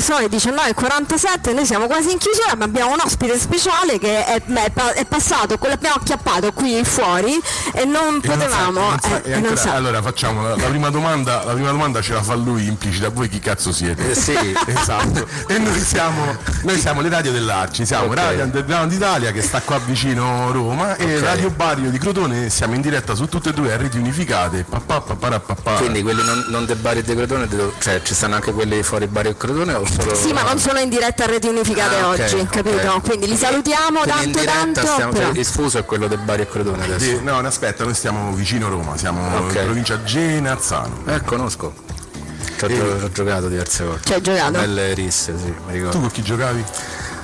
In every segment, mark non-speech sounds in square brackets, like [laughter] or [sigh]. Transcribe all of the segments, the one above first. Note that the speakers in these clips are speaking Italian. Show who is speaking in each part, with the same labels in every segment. Speaker 1: Sono le 19.47, noi siamo quasi in chiusura, ma abbiamo un ospite speciale che è, è pa- è passato, quello abbiamo acchiappato qui fuori e non
Speaker 2: E non sa-
Speaker 1: potevamo.
Speaker 2: non sa-
Speaker 1: eh,
Speaker 2: e
Speaker 1: non
Speaker 2: ancora-
Speaker 1: sa.
Speaker 2: Allora facciamo la, la prima domanda, la prima domanda ce la fa lui implicita, voi chi cazzo siete?
Speaker 3: Eh,
Speaker 1: [laughs]
Speaker 3: sì.
Speaker 2: Esatto. [laughs] E noi siamo, noi siamo le radio dell'Arci, siamo
Speaker 3: Ok.
Speaker 2: Radio Underground d'Italia che sta qua vicino Roma e
Speaker 3: Ok.
Speaker 2: Radio Barrio di Crotone, siamo in diretta su tutte e due a reti unificate. Pa, pa, pa, para, pa, pa.
Speaker 3: Quindi quelli non, non del Bari e del Crotone, devo- cioè ci stanno anche quelli fuori Bari e Crotone o solo...
Speaker 1: Sì, ma non sono in diretta a reti unificate
Speaker 3: Ah, ok,
Speaker 1: oggi,
Speaker 3: ok.
Speaker 1: capito? Quindi li salutiamo
Speaker 3: Quindi in
Speaker 1: tanto
Speaker 3: diretta
Speaker 1: tanto.
Speaker 3: stiamo-
Speaker 1: però-
Speaker 3: cioè, il fuso è quello del Bari e Crotone adesso.
Speaker 2: Sì, no, no, aspetta, noi stiamo vicino Roma, siamo
Speaker 3: Ok.
Speaker 2: in provincia Genazzano.
Speaker 3: Eh, conosco. Ci ho, gio- ho giocato diverse volte.
Speaker 1: Ci hai giocato?
Speaker 3: Belle risse, sì, mi
Speaker 2: Tu
Speaker 3: ricordo.
Speaker 2: con chi giocavi?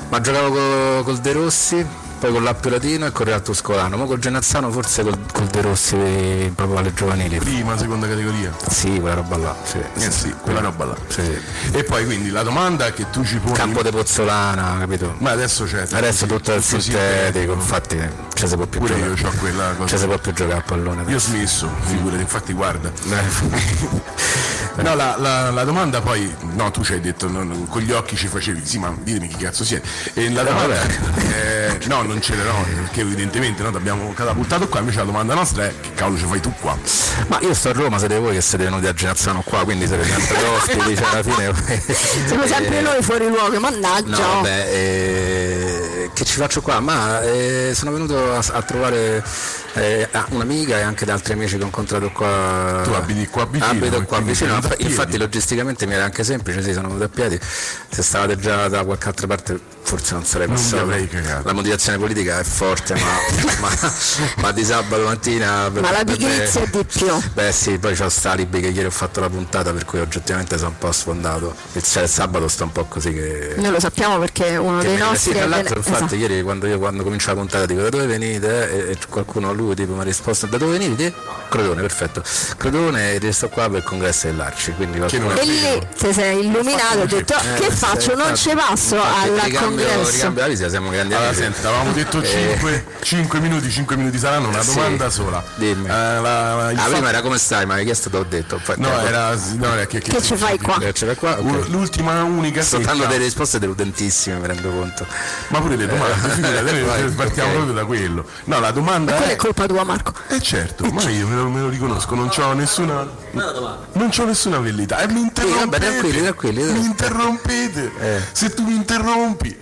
Speaker 3: Ma giocavo co- col De Rossi, poi con l'Appio Latino e con Real Tuscolano. Ma col Genazzano forse col, col De Rossi proprio alle giovanili.
Speaker 2: Prima, seconda categoria?
Speaker 3: Sì, quella roba là. Sì,
Speaker 2: Eh sì, quella roba là.
Speaker 3: Sì, sì.
Speaker 2: E poi quindi la domanda che tu ci poni.
Speaker 3: Campo di Pozzolana, capito?
Speaker 2: Ma adesso c'è.
Speaker 3: Adesso tutto è il
Speaker 2: così-
Speaker 3: sintetico, infatti non ci si può più
Speaker 2: Pure
Speaker 3: giocare.
Speaker 2: io ho quella
Speaker 3: Non ci
Speaker 2: cosa.
Speaker 3: si può più giocare a pallone.
Speaker 2: Io ho smesso, figurati, infatti guarda.
Speaker 3: Eh.
Speaker 2: [laughs] No, la, la- la domanda poi, no, tu ci hai detto, no, no, con gli occhi ci facevi, sì, ma ditemi chi cazzo siete. E la domanda, eh, no, non ce l'ho, perché evidentemente no, ti abbiamo catapultato qua, invece la domanda nostra è che cavolo ci fai tu qua?
Speaker 3: Ma io sto a Roma, siete voi che siete venuti a Genazzano qua, quindi siete
Speaker 2: [laughs]
Speaker 3: sempre ospiti, cioè alla fine...
Speaker 1: Siamo sempre
Speaker 3: Eh,
Speaker 1: noi fuori luogo, mannaggia.
Speaker 3: No, vabbè, eh, che ci faccio qua? Ma eh, sono venuto a, a trovare eh, ah, un'amica e anche da altri amici che ho incontrato qua.
Speaker 2: Tu abiti qua vicino,
Speaker 3: Abito
Speaker 2: e
Speaker 3: qua
Speaker 2: quindi sei
Speaker 3: vicino,
Speaker 2: venuto a piedi.
Speaker 3: infatti logisticamente mi era anche semplice, sì, sono venuto a piedi. Se stavate già da qualche altra parte forse non sarei
Speaker 2: Non vi
Speaker 3: passato.
Speaker 2: avrei cagato.
Speaker 3: La motivazione politica è
Speaker 2: [laughs]
Speaker 3: forte, ma, ma- ma di sabato
Speaker 1: Ma
Speaker 3: mattina.
Speaker 1: la
Speaker 3: per- per me-
Speaker 1: pigrizia è di più.
Speaker 3: Beh sì, poi c'ho sta Alibi che ieri ho fatto la puntata per cui oggettivamente sono un po' sfondato. Il, cioè, il sabato sto un po' così che.
Speaker 1: Noi lo sappiamo perché uno
Speaker 3: Che
Speaker 1: dei
Speaker 3: me-
Speaker 1: nostri
Speaker 3: sì, tra
Speaker 1: è
Speaker 3: l'altro
Speaker 1: ben-
Speaker 3: infatti
Speaker 1: esatto.
Speaker 3: ieri quando io quando comincia la puntata dico da dove venite eh, e, e qualcuno lui tipo mi ha risposto da dove venite? Crotone, perfetto. Crotone e resto qua per il congresso dell'Arci, quindi qualcuno-
Speaker 2: non è
Speaker 1: E lì ti sei illuminato e hai detto
Speaker 3: Eh,
Speaker 1: che
Speaker 3: sì,
Speaker 1: faccio? Non
Speaker 3: infatti-
Speaker 1: ci passo
Speaker 3: infatti,
Speaker 1: al
Speaker 3: ricambio-
Speaker 1: congresso.
Speaker 3: ricambio la visita, siamo grandi
Speaker 2: Allora
Speaker 3: amici. Ah,
Speaker 2: senta, Ah, avevamo detto 5, minuti, 5 minuti saranno, una
Speaker 3: Eh. Sì.
Speaker 2: domanda sola.
Speaker 3: Dimmi.
Speaker 2: Eh, la- la- il
Speaker 3: Ah,
Speaker 2: fatto-
Speaker 3: prima era come stai, ma hai chiesto, te l'ho detto. Poi-
Speaker 2: No, era. No, era che,
Speaker 1: Che ci fai qua?
Speaker 3: Eh, ce l'hai qua? Ok.
Speaker 2: U- L'ultima unica
Speaker 3: Sto dando
Speaker 2: secca.
Speaker 3: delle risposte deludentissime, mi rendo conto.
Speaker 2: Ma pure le domande,
Speaker 3: Eh.
Speaker 2: figurati, noi
Speaker 3: Vai,
Speaker 2: partiamo
Speaker 3: ok.
Speaker 2: proprio da quello. No, la domanda
Speaker 1: Quella è
Speaker 2: è.
Speaker 1: colpa tua Marco.
Speaker 2: Eh certo,
Speaker 1: Ecco.
Speaker 2: ma io me lo, me lo riconosco, non c'ho nessuna. Non c'ho nessuna velleità. E mi interrompete.
Speaker 3: tranquilli, tranquilli,
Speaker 2: Mi
Speaker 3: tranquilli. Eh.
Speaker 2: interrompete. Se tu mi interrompi.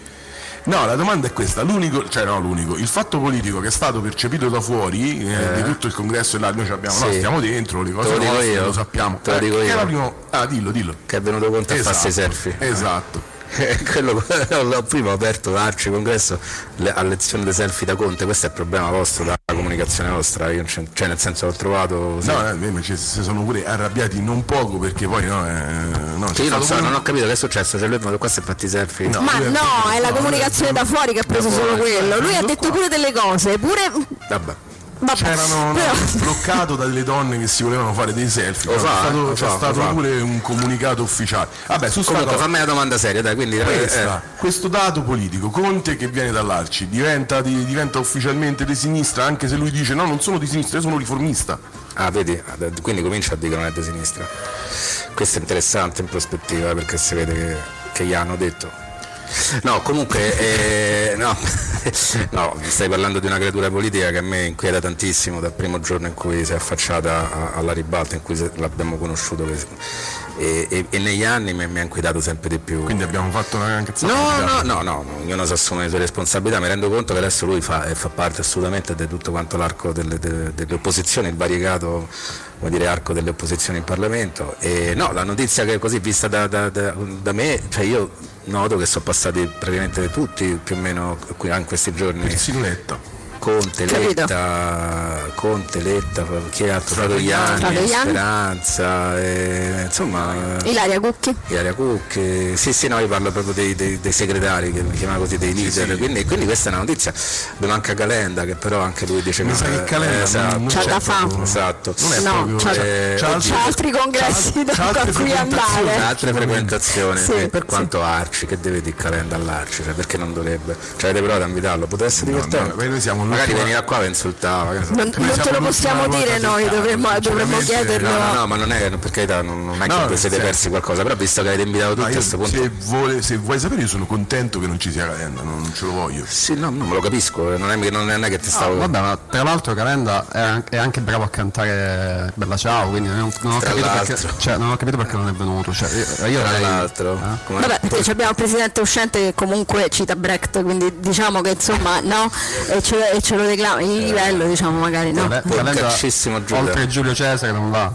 Speaker 2: No, la domanda è questa, l'unico, cioè no l'unico, il fatto politico che è stato percepito da fuori eh, di tutto il congresso e là noi ci abbiamo, no,
Speaker 3: Sì.
Speaker 2: stiamo dentro, le cose
Speaker 3: Te lo dico
Speaker 2: nostre,
Speaker 3: io.
Speaker 2: lo sappiamo.
Speaker 3: Te lo
Speaker 2: Eh,
Speaker 3: dico
Speaker 2: che
Speaker 3: io.
Speaker 2: è la prima- Ah, dillo, dillo.
Speaker 3: Che è venuto conto a farsi i selfie.
Speaker 2: Esatto.
Speaker 3: Eh, quello [laughs] l'ho prima aperto l'arci congresso le- a lezione dei selfie da Conte questo è il problema vostro la comunicazione vostra io non c'en- cioè nel senso l'ho trovato sì.
Speaker 2: No, eh, beh, ma ci- se sono pure arrabbiati non poco perché poi no, eh, no,
Speaker 3: Che
Speaker 2: c'è
Speaker 3: io non
Speaker 2: stato
Speaker 3: so
Speaker 2: pure
Speaker 3: non ho capito che è successo cioè lui è venuto qua si è fatti i selfie
Speaker 2: No.
Speaker 1: Ma
Speaker 2: io-
Speaker 1: no, è la comunicazione da fuori che ha preso solo
Speaker 3: fuori,
Speaker 1: quello. Lui ha
Speaker 2: venuto
Speaker 1: detto
Speaker 2: qua.
Speaker 1: pure delle cose, pure.
Speaker 3: vabbè
Speaker 1: Vabbè,
Speaker 2: C'erano no,
Speaker 1: però-
Speaker 2: [laughs] bloccato dalle donne che si volevano fare dei selfie.
Speaker 3: Lo
Speaker 2: no,
Speaker 3: fa,
Speaker 2: c'è
Speaker 3: eh,
Speaker 2: stato,
Speaker 3: lo
Speaker 2: c'è
Speaker 3: fa, lo
Speaker 2: stato
Speaker 3: fa.
Speaker 2: pure un comunicato ufficiale. Vabbè, su sta
Speaker 3: comunque
Speaker 2: cosa,
Speaker 3: fammi una domanda seria dai quindi eh,
Speaker 2: questa-
Speaker 3: eh,
Speaker 2: questo dato politico, Conte che viene dall'Arci, diventa, di- diventa ufficialmente di sinistra, anche se lui dice no, non sono di sinistra, io sono riformista.
Speaker 3: ah vedi ah, d- quindi comincia a dire che non è di sinistra questo è interessante in prospettiva perché si vede che, che gli hanno detto No, comunque, eh, no. [laughs] No, stai parlando di una creatura politica che a me inquieta tantissimo dal primo giorno in cui si è affacciata a- alla ribalta, in cui se- l'abbiamo conosciuto che- e, e- e negli anni mi, mi ha inquietato sempre di più.
Speaker 2: Quindi abbiamo fatto una cazzata.
Speaker 3: No, no, no, no, no, ognuno si assume le sue responsabilità, mi rendo conto che adesso lui fa, eh, fa parte assolutamente di tutto quanto l'arco delle, delle- delle opposizioni, il variegato vuol dire, arco delle opposizioni in Parlamento. E no, la notizia che è così vista da, da- da- da me, cioè io noto che sono passati praticamente tutti più o meno qui, anche in questi giorni.
Speaker 2: Eh, Siluetta.
Speaker 3: Conte,
Speaker 1: Capito.
Speaker 3: Letta, Conte, Letta, chi altro? Fratoiani,
Speaker 1: Fratoianni.
Speaker 3: Speranza, eh, insomma...
Speaker 1: Ilaria Cucchi.
Speaker 3: Ilaria Cook, eh, sì sì no io parlo proprio dei, dei- dei segretari che mi chiamano così dei leader, Quindi, quindi questa è una notizia, dove manca Calenda che però anche lui dice
Speaker 2: Mi
Speaker 3: no,
Speaker 2: sa che
Speaker 3: eh,
Speaker 2: Calenda
Speaker 3: esatto,
Speaker 2: non
Speaker 1: C'ha
Speaker 2: c'è
Speaker 1: da fa.
Speaker 2: proprio-
Speaker 3: esatto.
Speaker 2: Non è
Speaker 1: No,
Speaker 2: proprio.
Speaker 1: c'ha-
Speaker 2: cioè,
Speaker 3: c'ha
Speaker 2: c'ha
Speaker 3: altri-
Speaker 1: C'è altri congressi
Speaker 2: c'ha- c'ha
Speaker 1: da
Speaker 2: altre
Speaker 1: cui
Speaker 2: frequentazioni.
Speaker 1: andare.
Speaker 3: Altre frequentazioni,
Speaker 1: Sì,
Speaker 3: eh, per
Speaker 1: sì.
Speaker 3: quanto Arci, che deve dire Calenda all'Arci, cioè, perché non dovrebbe? Cioè avete provato a invitarlo, poteva essere
Speaker 2: No,
Speaker 3: divertente.
Speaker 2: no, noi siamo
Speaker 3: Ah, magari veniva qua e insultava. che ne so.
Speaker 1: Non,
Speaker 2: Noi
Speaker 1: non te lo
Speaker 2: siamo
Speaker 1: possiamo
Speaker 2: l'ultima
Speaker 1: dire
Speaker 2: volta
Speaker 1: noi,
Speaker 2: soltanto,
Speaker 1: dovremmo, dovremmo
Speaker 2: sinceramente,
Speaker 1: chiederlo.
Speaker 3: No, no, no, ma non è per carità, non, non è che
Speaker 2: No,
Speaker 3: vi siete
Speaker 2: sì.
Speaker 3: persi qualcosa, però visto che avete invitato tutti
Speaker 2: No,
Speaker 3: a
Speaker 2: io,
Speaker 3: questo punto.
Speaker 2: se, vuole- se vuoi sapere io sono contento che non ci sia Calenda, non ce lo voglio.
Speaker 3: Sì, no, no, me lo capisco, eh, non è, che- non è che ti stavo.
Speaker 4: Vabbè, ma tra l'altro Calenda è an- è anche bravo a cantare Bella Ciao, quindi non, non ho,
Speaker 3: Tra
Speaker 4: capito perché,
Speaker 3: l'altro.
Speaker 4: cioè, non ho capito perché non è venuto. Cioè, io, io
Speaker 3: tra
Speaker 4: avrei-
Speaker 3: l'altro.
Speaker 2: Ah.
Speaker 4: eh?
Speaker 3: come-
Speaker 1: Vabbè, cioè, perché ci abbiamo un presidente uscente che comunque cita Brecht, quindi diciamo che insomma, no, e ce lo, e ce lo reclama in livello, diciamo magari, no.
Speaker 4: Vabbè, Calenda,
Speaker 3: Porcaccissimo Giuda.
Speaker 4: oltre Giulio Cesare non va.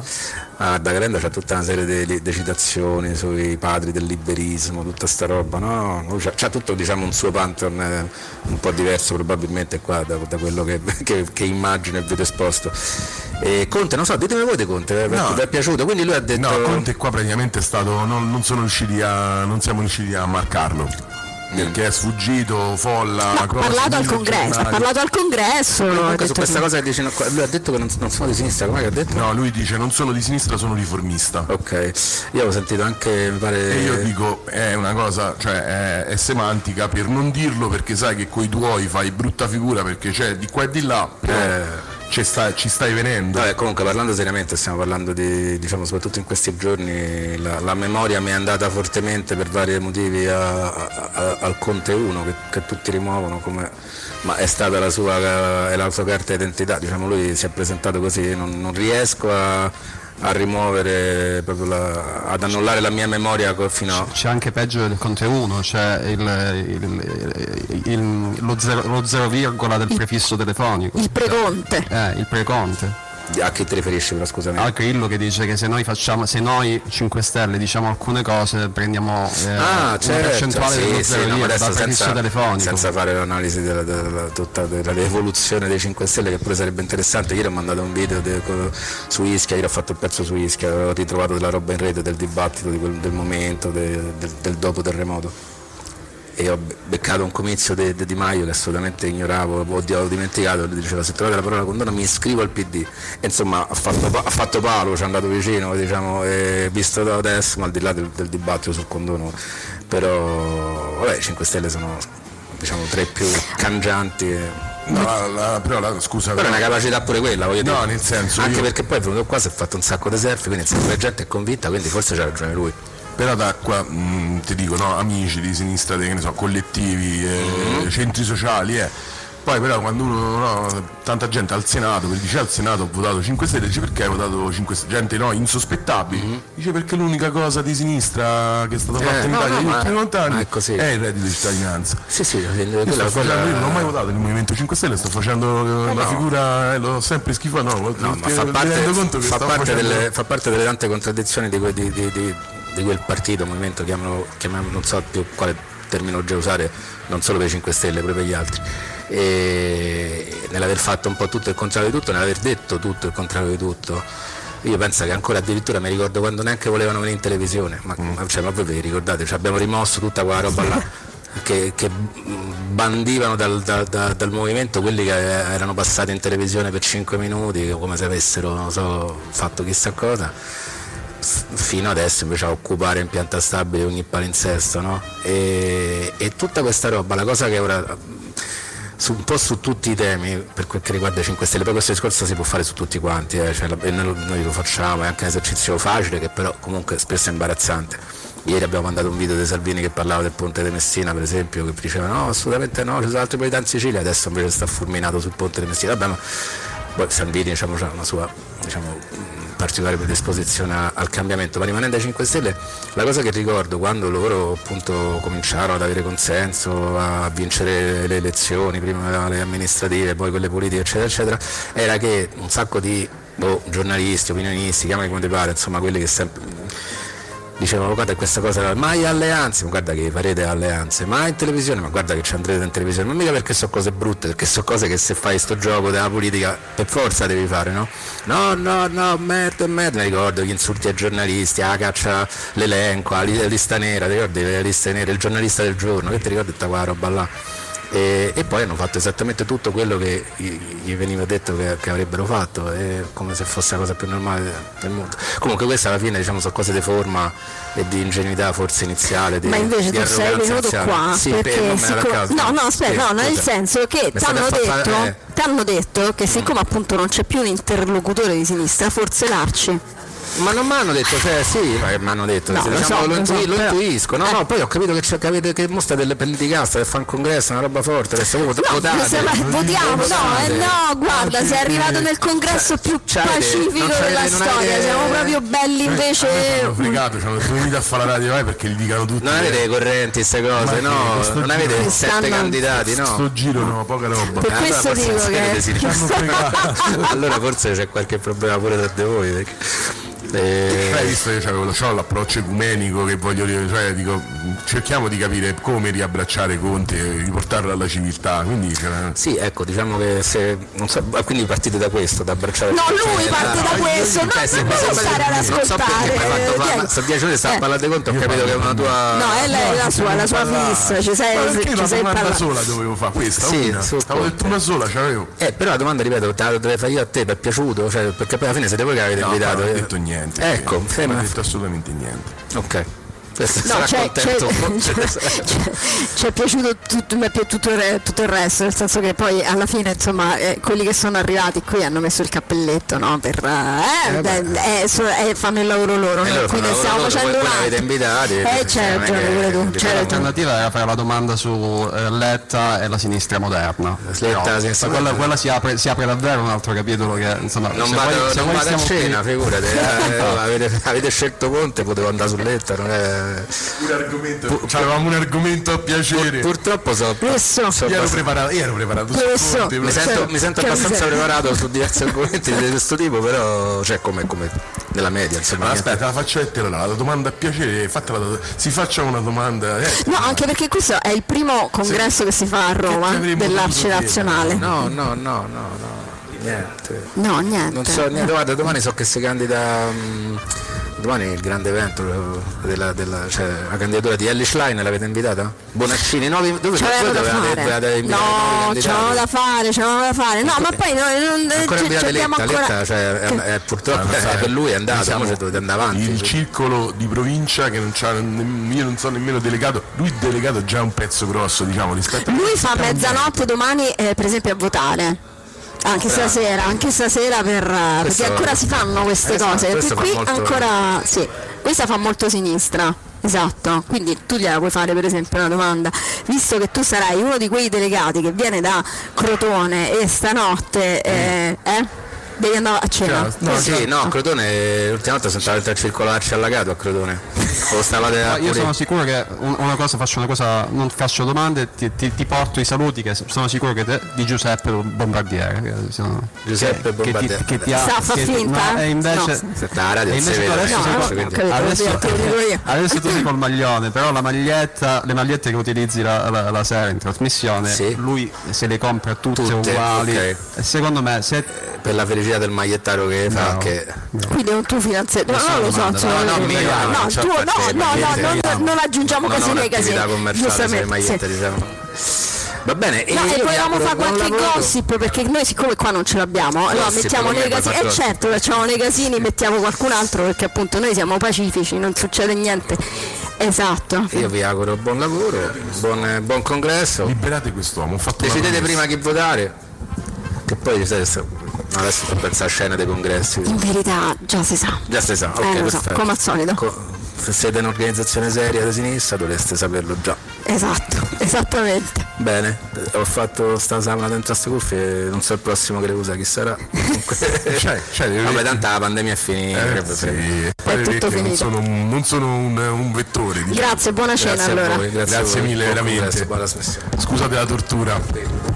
Speaker 3: Ah, da Calenda c'è tutta una serie di, di- di citazioni sui padri del liberismo, tutta sta roba, no? Lui C'ha, c'ha tutto diciamo, un suo pantheon eh, un po' diverso probabilmente qua da, da quello che, [laughs] che- che immagino e vedo esposto. E Conte, non so, ditemi voi di Conte, eh, perché
Speaker 2: No.
Speaker 3: vi è piaciuto, quindi lui ha detto...
Speaker 2: No, Conte qua praticamente è stato. Non, non sono riusciti a. non siamo riusciti a marcarlo.
Speaker 3: Mm.
Speaker 2: Perché è sfuggito, folla.
Speaker 1: No, ha
Speaker 2: cronache
Speaker 1: parlato al
Speaker 2: mille
Speaker 1: congresso, ha
Speaker 2: giornali.
Speaker 1: parlato al congresso. ha
Speaker 3: Comunque
Speaker 1: detto
Speaker 3: su questa cosa che dice, no, qua- lui ha detto che non, non sono di sinistra, com'è che ha detto?
Speaker 2: No, lui dice non sono di sinistra, sono riformista.
Speaker 3: Ok, io avevo sentito anche, mi pare...
Speaker 2: E io dico, è una cosa, cioè è, è semantica per non dirlo perché sai che coi tuoi fai brutta figura perché c'è di qua e di là, però
Speaker 3: Eh.
Speaker 2: ci, sta- ci stai venendo.
Speaker 3: Vabbè, eh, comunque parlando seriamente stiamo parlando di, diciamo, soprattutto in questi giorni, la, la memoria mi è andata fortemente per vari motivi a- a- a- al Conte 1 che, che tutti rimuovono, come, ma è stata la sua, è la sua carta d'identità, diciamo, lui si è presentato così, io non, non riesco a, a rimuovere, proprio la- ad annullare la mia memoria co- fino a...
Speaker 4: C'è anche peggio del Conte 1, c'è il- il- il- lo, zero, lo zero virgola del prefisso telefonico.
Speaker 1: Il preconte.
Speaker 4: Eh, il preconte.
Speaker 3: A chi ti riferisci però scusami?
Speaker 4: A Grillo che dice che se noi facciamo, se noi 5 Stelle diciamo alcune cose prendiamo eh, una percentuale
Speaker 3: Ah, certo, sì,
Speaker 4: dello
Speaker 3: sì,
Speaker 4: zero
Speaker 3: no, ma
Speaker 4: virgola
Speaker 3: adesso
Speaker 4: dal prefisso telefonico.
Speaker 3: senza fare l'analisi della, della- della- tutta della evoluzione dei 5 Stelle che pure sarebbe interessante ieri ho mandato un video de- co- su Ischia ieri ho fatto il pezzo su Ischia ho ritrovato della roba in rete del dibattito di quel- del momento de- del, del dopo terremoto e ho be- beccato un comizio de- de Di Maio che assolutamente ignoravo, oddio, ho dimenticato, lui diceva se trovate la parola condono mi iscrivo al PD e insomma ha fatto, pa- ha fatto palo, ci è andato vicino, diciamo, e visto da adesso, ma al di là del, del dibattito sul condono, però vabbè i 5 Stelle sono diciamo tre più cangianti. e-
Speaker 2: No, la- la- però la, scusa,
Speaker 3: eh. Però è
Speaker 2: però-
Speaker 3: una capacità pure quella, voglio dire.
Speaker 2: No, nel senso,
Speaker 3: Anche
Speaker 2: io-
Speaker 3: perché poi è venuto qua, si è fatto un sacco di selfie, quindi insomma, la gente è convinta, quindi forse c'ha ragione lui.
Speaker 2: Però da qua mh, ti dico, no, amici di sinistra, dei, che ne so, collettivi, eh,
Speaker 3: Mhm.
Speaker 2: centri sociali, eh. Poi però quando uno, no, tanta gente al Senato, perché dice al Senato ho votato 5 Stelle, dice perché hai votato 5 Stelle, gente no, insospettabile, dice perché è l'unica cosa di sinistra che è stata fatta in
Speaker 3: Mhm. Eh, no,
Speaker 2: Italia
Speaker 3: no,
Speaker 2: negli
Speaker 3: ma-
Speaker 2: ultimi
Speaker 3: ma
Speaker 2: vent'anni
Speaker 3: è così.
Speaker 2: è il reddito di cittadinanza.
Speaker 3: Sì, sì,
Speaker 2: Io,
Speaker 3: quella
Speaker 2: sto facendo- io
Speaker 3: cosa...
Speaker 2: non ho mai votato nel Movimento 5 Stelle, sto facendo eh, la
Speaker 3: no.
Speaker 2: figura, eh, l'ho sempre schifato, no,
Speaker 3: No, ma
Speaker 2: perché
Speaker 3: fa
Speaker 2: mi
Speaker 3: parte,
Speaker 2: rendo conto che
Speaker 3: fa
Speaker 2: sto
Speaker 3: parte
Speaker 2: facendo-
Speaker 3: delle, fa parte delle tante contraddizioni di, que- di- di- di- di quel partito, movimento, chiamano, chiamano- non so più quale terminologia usare, non solo per i 5 Stelle, pure per gli altri. E nell'aver fatto un po' tutto il contrario di tutto, nell'aver detto tutto il contrario di tutto. Io penso che ancora addirittura mi ricordo quando neanche volevano venire in televisione, ma,
Speaker 2: Mm.
Speaker 3: ma- cioè, ma voi vi ricordate, Cioè, abbiamo rimosso tutta quella roba là. che, che bandivano dal, dal- dal- dal movimento quelli che erano passati in televisione per 5 minuti come se avessero non so, fatto chissà cosa S- fino adesso invece a occupare in pianta stabile ogni palinsesto no? e, e tutta questa roba la cosa che ora su- un po' su tutti i temi per quel che riguarda i 5 Stelle, poi questo discorso si può fare su tutti quanti, eh, cioè, la- e noi, lo- noi lo facciamo, è anche un esercizio facile che però comunque spesso è imbarazzante. Ieri abbiamo mandato un video di Salvini che parlava del ponte di Messina, per esempio, che diceva no, assolutamente no, ci sono altre priorità in Sicilia, adesso invece sta fulminato sul ponte di Messina. Vabbè, ma poi Salvini diciamo, ha una sua diciamo, mh, particolare predisposizione a- al cambiamento, ma rimanendo ai 5 Stelle, la cosa che ricordo quando loro appunto cominciarono ad avere consenso, a vincere le elezioni, prima le amministrative, poi quelle politiche, eccetera, eccetera, era che un sacco di boh, giornalisti, opinionisti, chiamali come ti pare, insomma quelli che sempre dicevano "Oh, guarda questa cosa mai alleanze ma guarda che farete alleanze mai in televisione ma guarda che ci andrete in televisione ma mica perché sono cose brutte perché sono cose che se fai sto gioco della politica per forza devi fare no no no no merda merda mi ricordo gli insulti ai giornalisti la caccia ah, l'elenco la li- la lista nera ti ricordi le liste nere il giornalista del giorno che ti ricordi tutta quella roba là E, e poi hanno fatto esattamente tutto quello che gli gli veniva detto che, che avrebbero fatto, e come se fosse la cosa più normale del mondo. Comunque questa alla fine diciamo, sono cose di forma e di ingenuità forse iniziale. Di,
Speaker 1: Ma invece
Speaker 3: di
Speaker 1: tu sei venuto
Speaker 3: arroganza iniziale.
Speaker 1: qua
Speaker 3: Sì, per-
Speaker 1: perché
Speaker 3: non me la
Speaker 1: sicuro-
Speaker 3: causa.
Speaker 1: no, no, aspetta,
Speaker 3: Sì,
Speaker 1: no, nel
Speaker 3: scusa.
Speaker 1: senso che
Speaker 3: Mi
Speaker 1: ti hanno
Speaker 3: state a fa-
Speaker 1: detto,
Speaker 3: eh.
Speaker 1: t'hanno detto che siccome appunto non c'è più un interlocutore di sinistra, forse l'arci.
Speaker 3: Ma non mi hanno detto, cioè sì, ma mi hanno detto,
Speaker 1: No,
Speaker 3: sì,
Speaker 1: lo
Speaker 3: diciamo,
Speaker 1: so,
Speaker 3: lo,
Speaker 1: lo so,
Speaker 3: intui- lo
Speaker 1: però- eh.
Speaker 3: intuisco, no, no, poi ho capito che, c'è, che, avete, che mostra delle penticasta, che fa un congresso, una roba forte, adesso voi
Speaker 1: No,
Speaker 3: votate.
Speaker 1: ma- votiamo, no,
Speaker 3: Votate.
Speaker 1: eh, no, guarda, sei arrivato nel congresso più
Speaker 3: c'avete- Cioè, non
Speaker 1: pacifico
Speaker 3: c'avete-
Speaker 1: della
Speaker 3: non avete- Eh, ah,
Speaker 1: storia, siamo proprio belli
Speaker 2: Hanno
Speaker 1: invece...
Speaker 2: fregato, ci hanno detto venite a fare la radio vai perché gli dicano tutti.
Speaker 3: Non avete correnti queste cose,
Speaker 2: Ma che-
Speaker 3: no,
Speaker 2: questo
Speaker 3: non avete
Speaker 2: giro-
Speaker 3: sette
Speaker 1: Stanno-
Speaker 3: candidati, no.
Speaker 2: Sto giro no, poca roba.
Speaker 1: Per
Speaker 3: Allora
Speaker 1: questo
Speaker 3: forse
Speaker 1: dico
Speaker 3: non siete
Speaker 1: che...
Speaker 2: Ci hanno
Speaker 3: sinistra.
Speaker 2: fregato.
Speaker 3: [laughs] allora forse c'è qualche problema pure tra di voi. Perché... Eh,
Speaker 2: Beh, visto che c'avevo c'ho l'approccio ecumenico che voglio dire, cioè dico, cerchiamo di capire come riabbracciare Conte e riportarlo alla civiltà. Quindi c'era-
Speaker 3: Sì, ecco, diciamo che se. Non so, ah, quindi partite da questo, da abbracciare. Ah,
Speaker 1: No, lui parte da questo, no,
Speaker 3: Beh, se-
Speaker 1: non
Speaker 3: se-
Speaker 1: devo stare ad
Speaker 3: Non so perché mi hai
Speaker 1: ascoltare.
Speaker 3: fatto
Speaker 1: Diego.
Speaker 3: parlare. Sto 10 ore sta
Speaker 1: Eh.
Speaker 3: parlando di conto, ho capito che è una tua.
Speaker 1: No, è lei, Eh, la sua, la sua
Speaker 2: parlare.
Speaker 1: fissa, ci sei,
Speaker 2: Ma perché
Speaker 1: ci
Speaker 2: una
Speaker 1: sei
Speaker 2: domanda
Speaker 1: parlato.
Speaker 2: sola dovevo fare questa?
Speaker 3: Sì,
Speaker 2: una.
Speaker 3: su
Speaker 2: Avevo
Speaker 3: Conte.
Speaker 2: detto una sola, c'avevo.
Speaker 3: Eh, però la domanda, ripeto, te la dovrei fare io a te, ti è piaciuto? Cioè, perché poi alla fine siete voi che avete
Speaker 2: No,
Speaker 3: invitato.
Speaker 2: non ho
Speaker 3: eh.
Speaker 2: detto niente.
Speaker 3: Ecco,
Speaker 2: non ho
Speaker 3: ferma.
Speaker 2: detto assolutamente niente.
Speaker 3: Ok.
Speaker 1: No,
Speaker 3: Sarà
Speaker 1: c'è, c'è, [laughs]
Speaker 3: contento. [laughs] Cioè,
Speaker 1: c'è- c'è- ci è piaciuto tutto, mi è piaciuto tutto il, re- tutto il resto, nel senso che poi alla fine insomma eh, quelli che sono arrivati qui hanno messo il cappelletto no, per, eh, beh, eh, so- eh, fanno il lavoro loro,
Speaker 3: Eh,
Speaker 1: noi
Speaker 3: loro
Speaker 1: qui
Speaker 3: fanno
Speaker 1: ne
Speaker 3: il
Speaker 1: stiamo
Speaker 3: lavoro loro,
Speaker 1: facendo
Speaker 3: voi-
Speaker 1: un
Speaker 3: voi
Speaker 1: altro.
Speaker 3: l'avete invitati,
Speaker 1: Eh
Speaker 3: quindi,
Speaker 1: c'è
Speaker 3: cioè, non è
Speaker 1: ragione, pure
Speaker 3: che-
Speaker 1: tu, Certo.
Speaker 3: invitati
Speaker 1: c'hai ragione.
Speaker 4: L'alternativa era fare la domanda su eh, Letta e la sinistra moderna.
Speaker 3: Letta, la sinistra
Speaker 4: quella,
Speaker 3: moderna.
Speaker 4: quella si, apre, si apre davvero un altro capitolo che insomma
Speaker 3: Non
Speaker 4: se
Speaker 3: vado,
Speaker 4: vuoi- se
Speaker 3: non
Speaker 4: vuoi
Speaker 3: vado a
Speaker 4: stiamo qui-
Speaker 3: cena, figurate. eh, avete, avete scelto Conte, potevo andare su Letta, non è...
Speaker 2: Un argomento. Avevamo un argomento a piacere.
Speaker 3: Purtroppo so,
Speaker 1: Questo.
Speaker 3: so
Speaker 2: io, ero
Speaker 3: abbastanza-
Speaker 2: preparato, io ero preparato
Speaker 1: Questo.
Speaker 2: su Conte,
Speaker 3: mi sento, mi sento
Speaker 1: Che
Speaker 3: abbastanza
Speaker 1: miseria.
Speaker 3: preparato su diversi argomenti di questo tipo, però cioè come, come nella media, insomma.
Speaker 2: Ma
Speaker 3: niente.
Speaker 2: aspetta, la faccio a te allora, la domanda a piacere, fatela da- si faccia una domanda. eh,
Speaker 1: No, anche perché questo è il primo congresso che si fa a Roma
Speaker 2: Che avremmo
Speaker 1: dell'Arci
Speaker 2: dovuto dire?
Speaker 1: Nazionale.
Speaker 3: No, no, no, no, no, niente.
Speaker 1: No, niente.
Speaker 3: Non so, niente, guarda, domani so che si candida. mm, Domani è il grande evento della, della- cioè, la candidatura di Ellie Schlein, l'avete invitata? Bonaccini, no, dove dove
Speaker 1: C'avevano da
Speaker 3: dovevate- dovevate
Speaker 1: fare.
Speaker 3: invitare nuovi
Speaker 1: No,
Speaker 3: candidati?
Speaker 1: c'avevamo da fare, c'avevamo da fare. No, ma poi noi non
Speaker 3: Ancora
Speaker 1: ci- ci
Speaker 3: invitate
Speaker 1: abbiamo
Speaker 3: Letta,
Speaker 1: ancora.
Speaker 3: Letta, cioè, è- è- purtroppo
Speaker 2: Ah,
Speaker 3: è
Speaker 2: sai,
Speaker 3: per lui è andato,
Speaker 2: diciamo,
Speaker 3: diciamo, cioè, dovete andare avanti.
Speaker 2: Il circolo di provincia che non c'ha, nem- io non so nemmeno delegato, lui delegato è già un pezzo grosso, diciamo, rispetto a...
Speaker 1: Lui fa mezzanotte domani, eh, per esempio, a votare. Anche stasera, anche stasera per, eh,
Speaker 3: Questo-
Speaker 1: perché ancora si fanno queste
Speaker 3: Questo-
Speaker 1: cose.
Speaker 3: questo
Speaker 1: Perché
Speaker 3: fa
Speaker 1: qui
Speaker 3: molto-
Speaker 1: ancora sì, questa fa molto sinistra. Esatto, quindi tu gliela puoi fare per esempio una domanda, visto che tu sarai uno di quei delegati che viene da Crotone e stanotte eh, eh, devi andare a cena.
Speaker 2: Cioè,
Speaker 3: No,
Speaker 1: Eh,
Speaker 3: sì, no, Crotone, l'ultima volta sono andati a circolarci allagato a Crotone. O stavate a
Speaker 4: Ma io
Speaker 3: pulire.
Speaker 4: sono sicuro che un- una cosa faccio una cosa, non faccio domande, ti, ti- ti porto i saluti che s- sono sicuro che te, di Giuseppe Bombardiere. che sono-
Speaker 3: Giuseppe
Speaker 4: che, che
Speaker 3: Bombardiere.
Speaker 4: ti, che ti ha
Speaker 1: Sa, fa
Speaker 4: che ti-
Speaker 1: finta,
Speaker 4: no,
Speaker 1: eh?
Speaker 4: e invece,
Speaker 3: Aspetta, la radio
Speaker 4: E
Speaker 3: non si
Speaker 4: invece
Speaker 3: vede,
Speaker 4: adesso
Speaker 3: eh,
Speaker 1: no,
Speaker 4: sei-
Speaker 1: no,
Speaker 3: quindi-
Speaker 1: capito,
Speaker 4: adesso,
Speaker 1: oddio, te lo dico io.
Speaker 4: [laughs] adesso tu sei col maglione, però la maglietta, le magliette che utilizzi la, la- la sera in trasmissione,
Speaker 3: Sì.
Speaker 4: lui se le compra tutte,
Speaker 3: Tutte,
Speaker 4: uguali.
Speaker 3: ok.
Speaker 4: E secondo me se
Speaker 3: per la felicità del magliettaro che fa
Speaker 4: No.
Speaker 3: che
Speaker 1: Quindi è un tuo fidanzato, no, non lo so,
Speaker 4: domanda,
Speaker 1: insomma,
Speaker 3: no, cioè, no,
Speaker 1: eh,
Speaker 3: mia,
Speaker 1: no,
Speaker 3: non
Speaker 1: il
Speaker 3: c'ho
Speaker 1: tuo, no,
Speaker 3: perché,
Speaker 1: no, no,
Speaker 3: perché,
Speaker 1: non,
Speaker 3: diciamo,
Speaker 1: non aggiungiamo
Speaker 3: non
Speaker 1: così
Speaker 3: ho
Speaker 1: nei casi.
Speaker 3: un'attività commerciale sulle
Speaker 1: Giustamente.
Speaker 3: magliette,
Speaker 1: sì.
Speaker 3: diciamo. Va bene, e
Speaker 1: No, e
Speaker 3: io mi
Speaker 1: volevamo
Speaker 3: auguro
Speaker 1: fare
Speaker 3: buon
Speaker 1: qualche
Speaker 3: lavoro.
Speaker 1: gossip perché noi siccome qua non ce l'abbiamo, allora
Speaker 3: Gossip,
Speaker 1: mettiamo
Speaker 3: come
Speaker 1: nei
Speaker 3: puoi
Speaker 1: casini,
Speaker 3: far
Speaker 1: eh
Speaker 3: gossip?
Speaker 1: certo, facciamo nei casini, mettiamo qualcun altro perché appunto noi siamo pacifici, non succede niente. Esatto.
Speaker 3: Io vi auguro buon lavoro, buon, buon congresso.
Speaker 2: Liberate quest'uomo, ho fatto una
Speaker 3: Decidete
Speaker 2: promessa.
Speaker 3: prima chi votare, che poi sai, se- adesso sto pensando a scena dei congressi.
Speaker 1: In verità già si sa.
Speaker 3: Già si sa, ok,
Speaker 1: Eh, lo so,
Speaker 3: perfetto.
Speaker 1: come al solito.
Speaker 3: Co- se siete un'organizzazione seria di sinistra dovreste saperlo già.
Speaker 1: Esatto, [laughs] esattamente.
Speaker 3: Bene, ho fatto sta sala dentro a ste cuffie, non so il prossimo che le usa, chi
Speaker 2: [laughs]
Speaker 3: sarà. Comunque-
Speaker 2: Cioè, cioè, le
Speaker 3: Vabbè,
Speaker 2: orecchie-
Speaker 3: tanto la pandemia è finita.
Speaker 2: eh, sì, poi
Speaker 1: È
Speaker 2: le
Speaker 1: tutto
Speaker 2: orecchie non
Speaker 1: finito.
Speaker 2: sono, un- non sono un, un vettore, diciamo.
Speaker 1: Grazie, buona cena
Speaker 3: Grazie a
Speaker 1: allora.
Speaker 3: voi, grazie, a
Speaker 2: Grazie
Speaker 3: voi.
Speaker 2: mille,
Speaker 3: Buon
Speaker 2: veramente.
Speaker 3: congresso, Buona trasmissione.
Speaker 2: Scusate la tortura.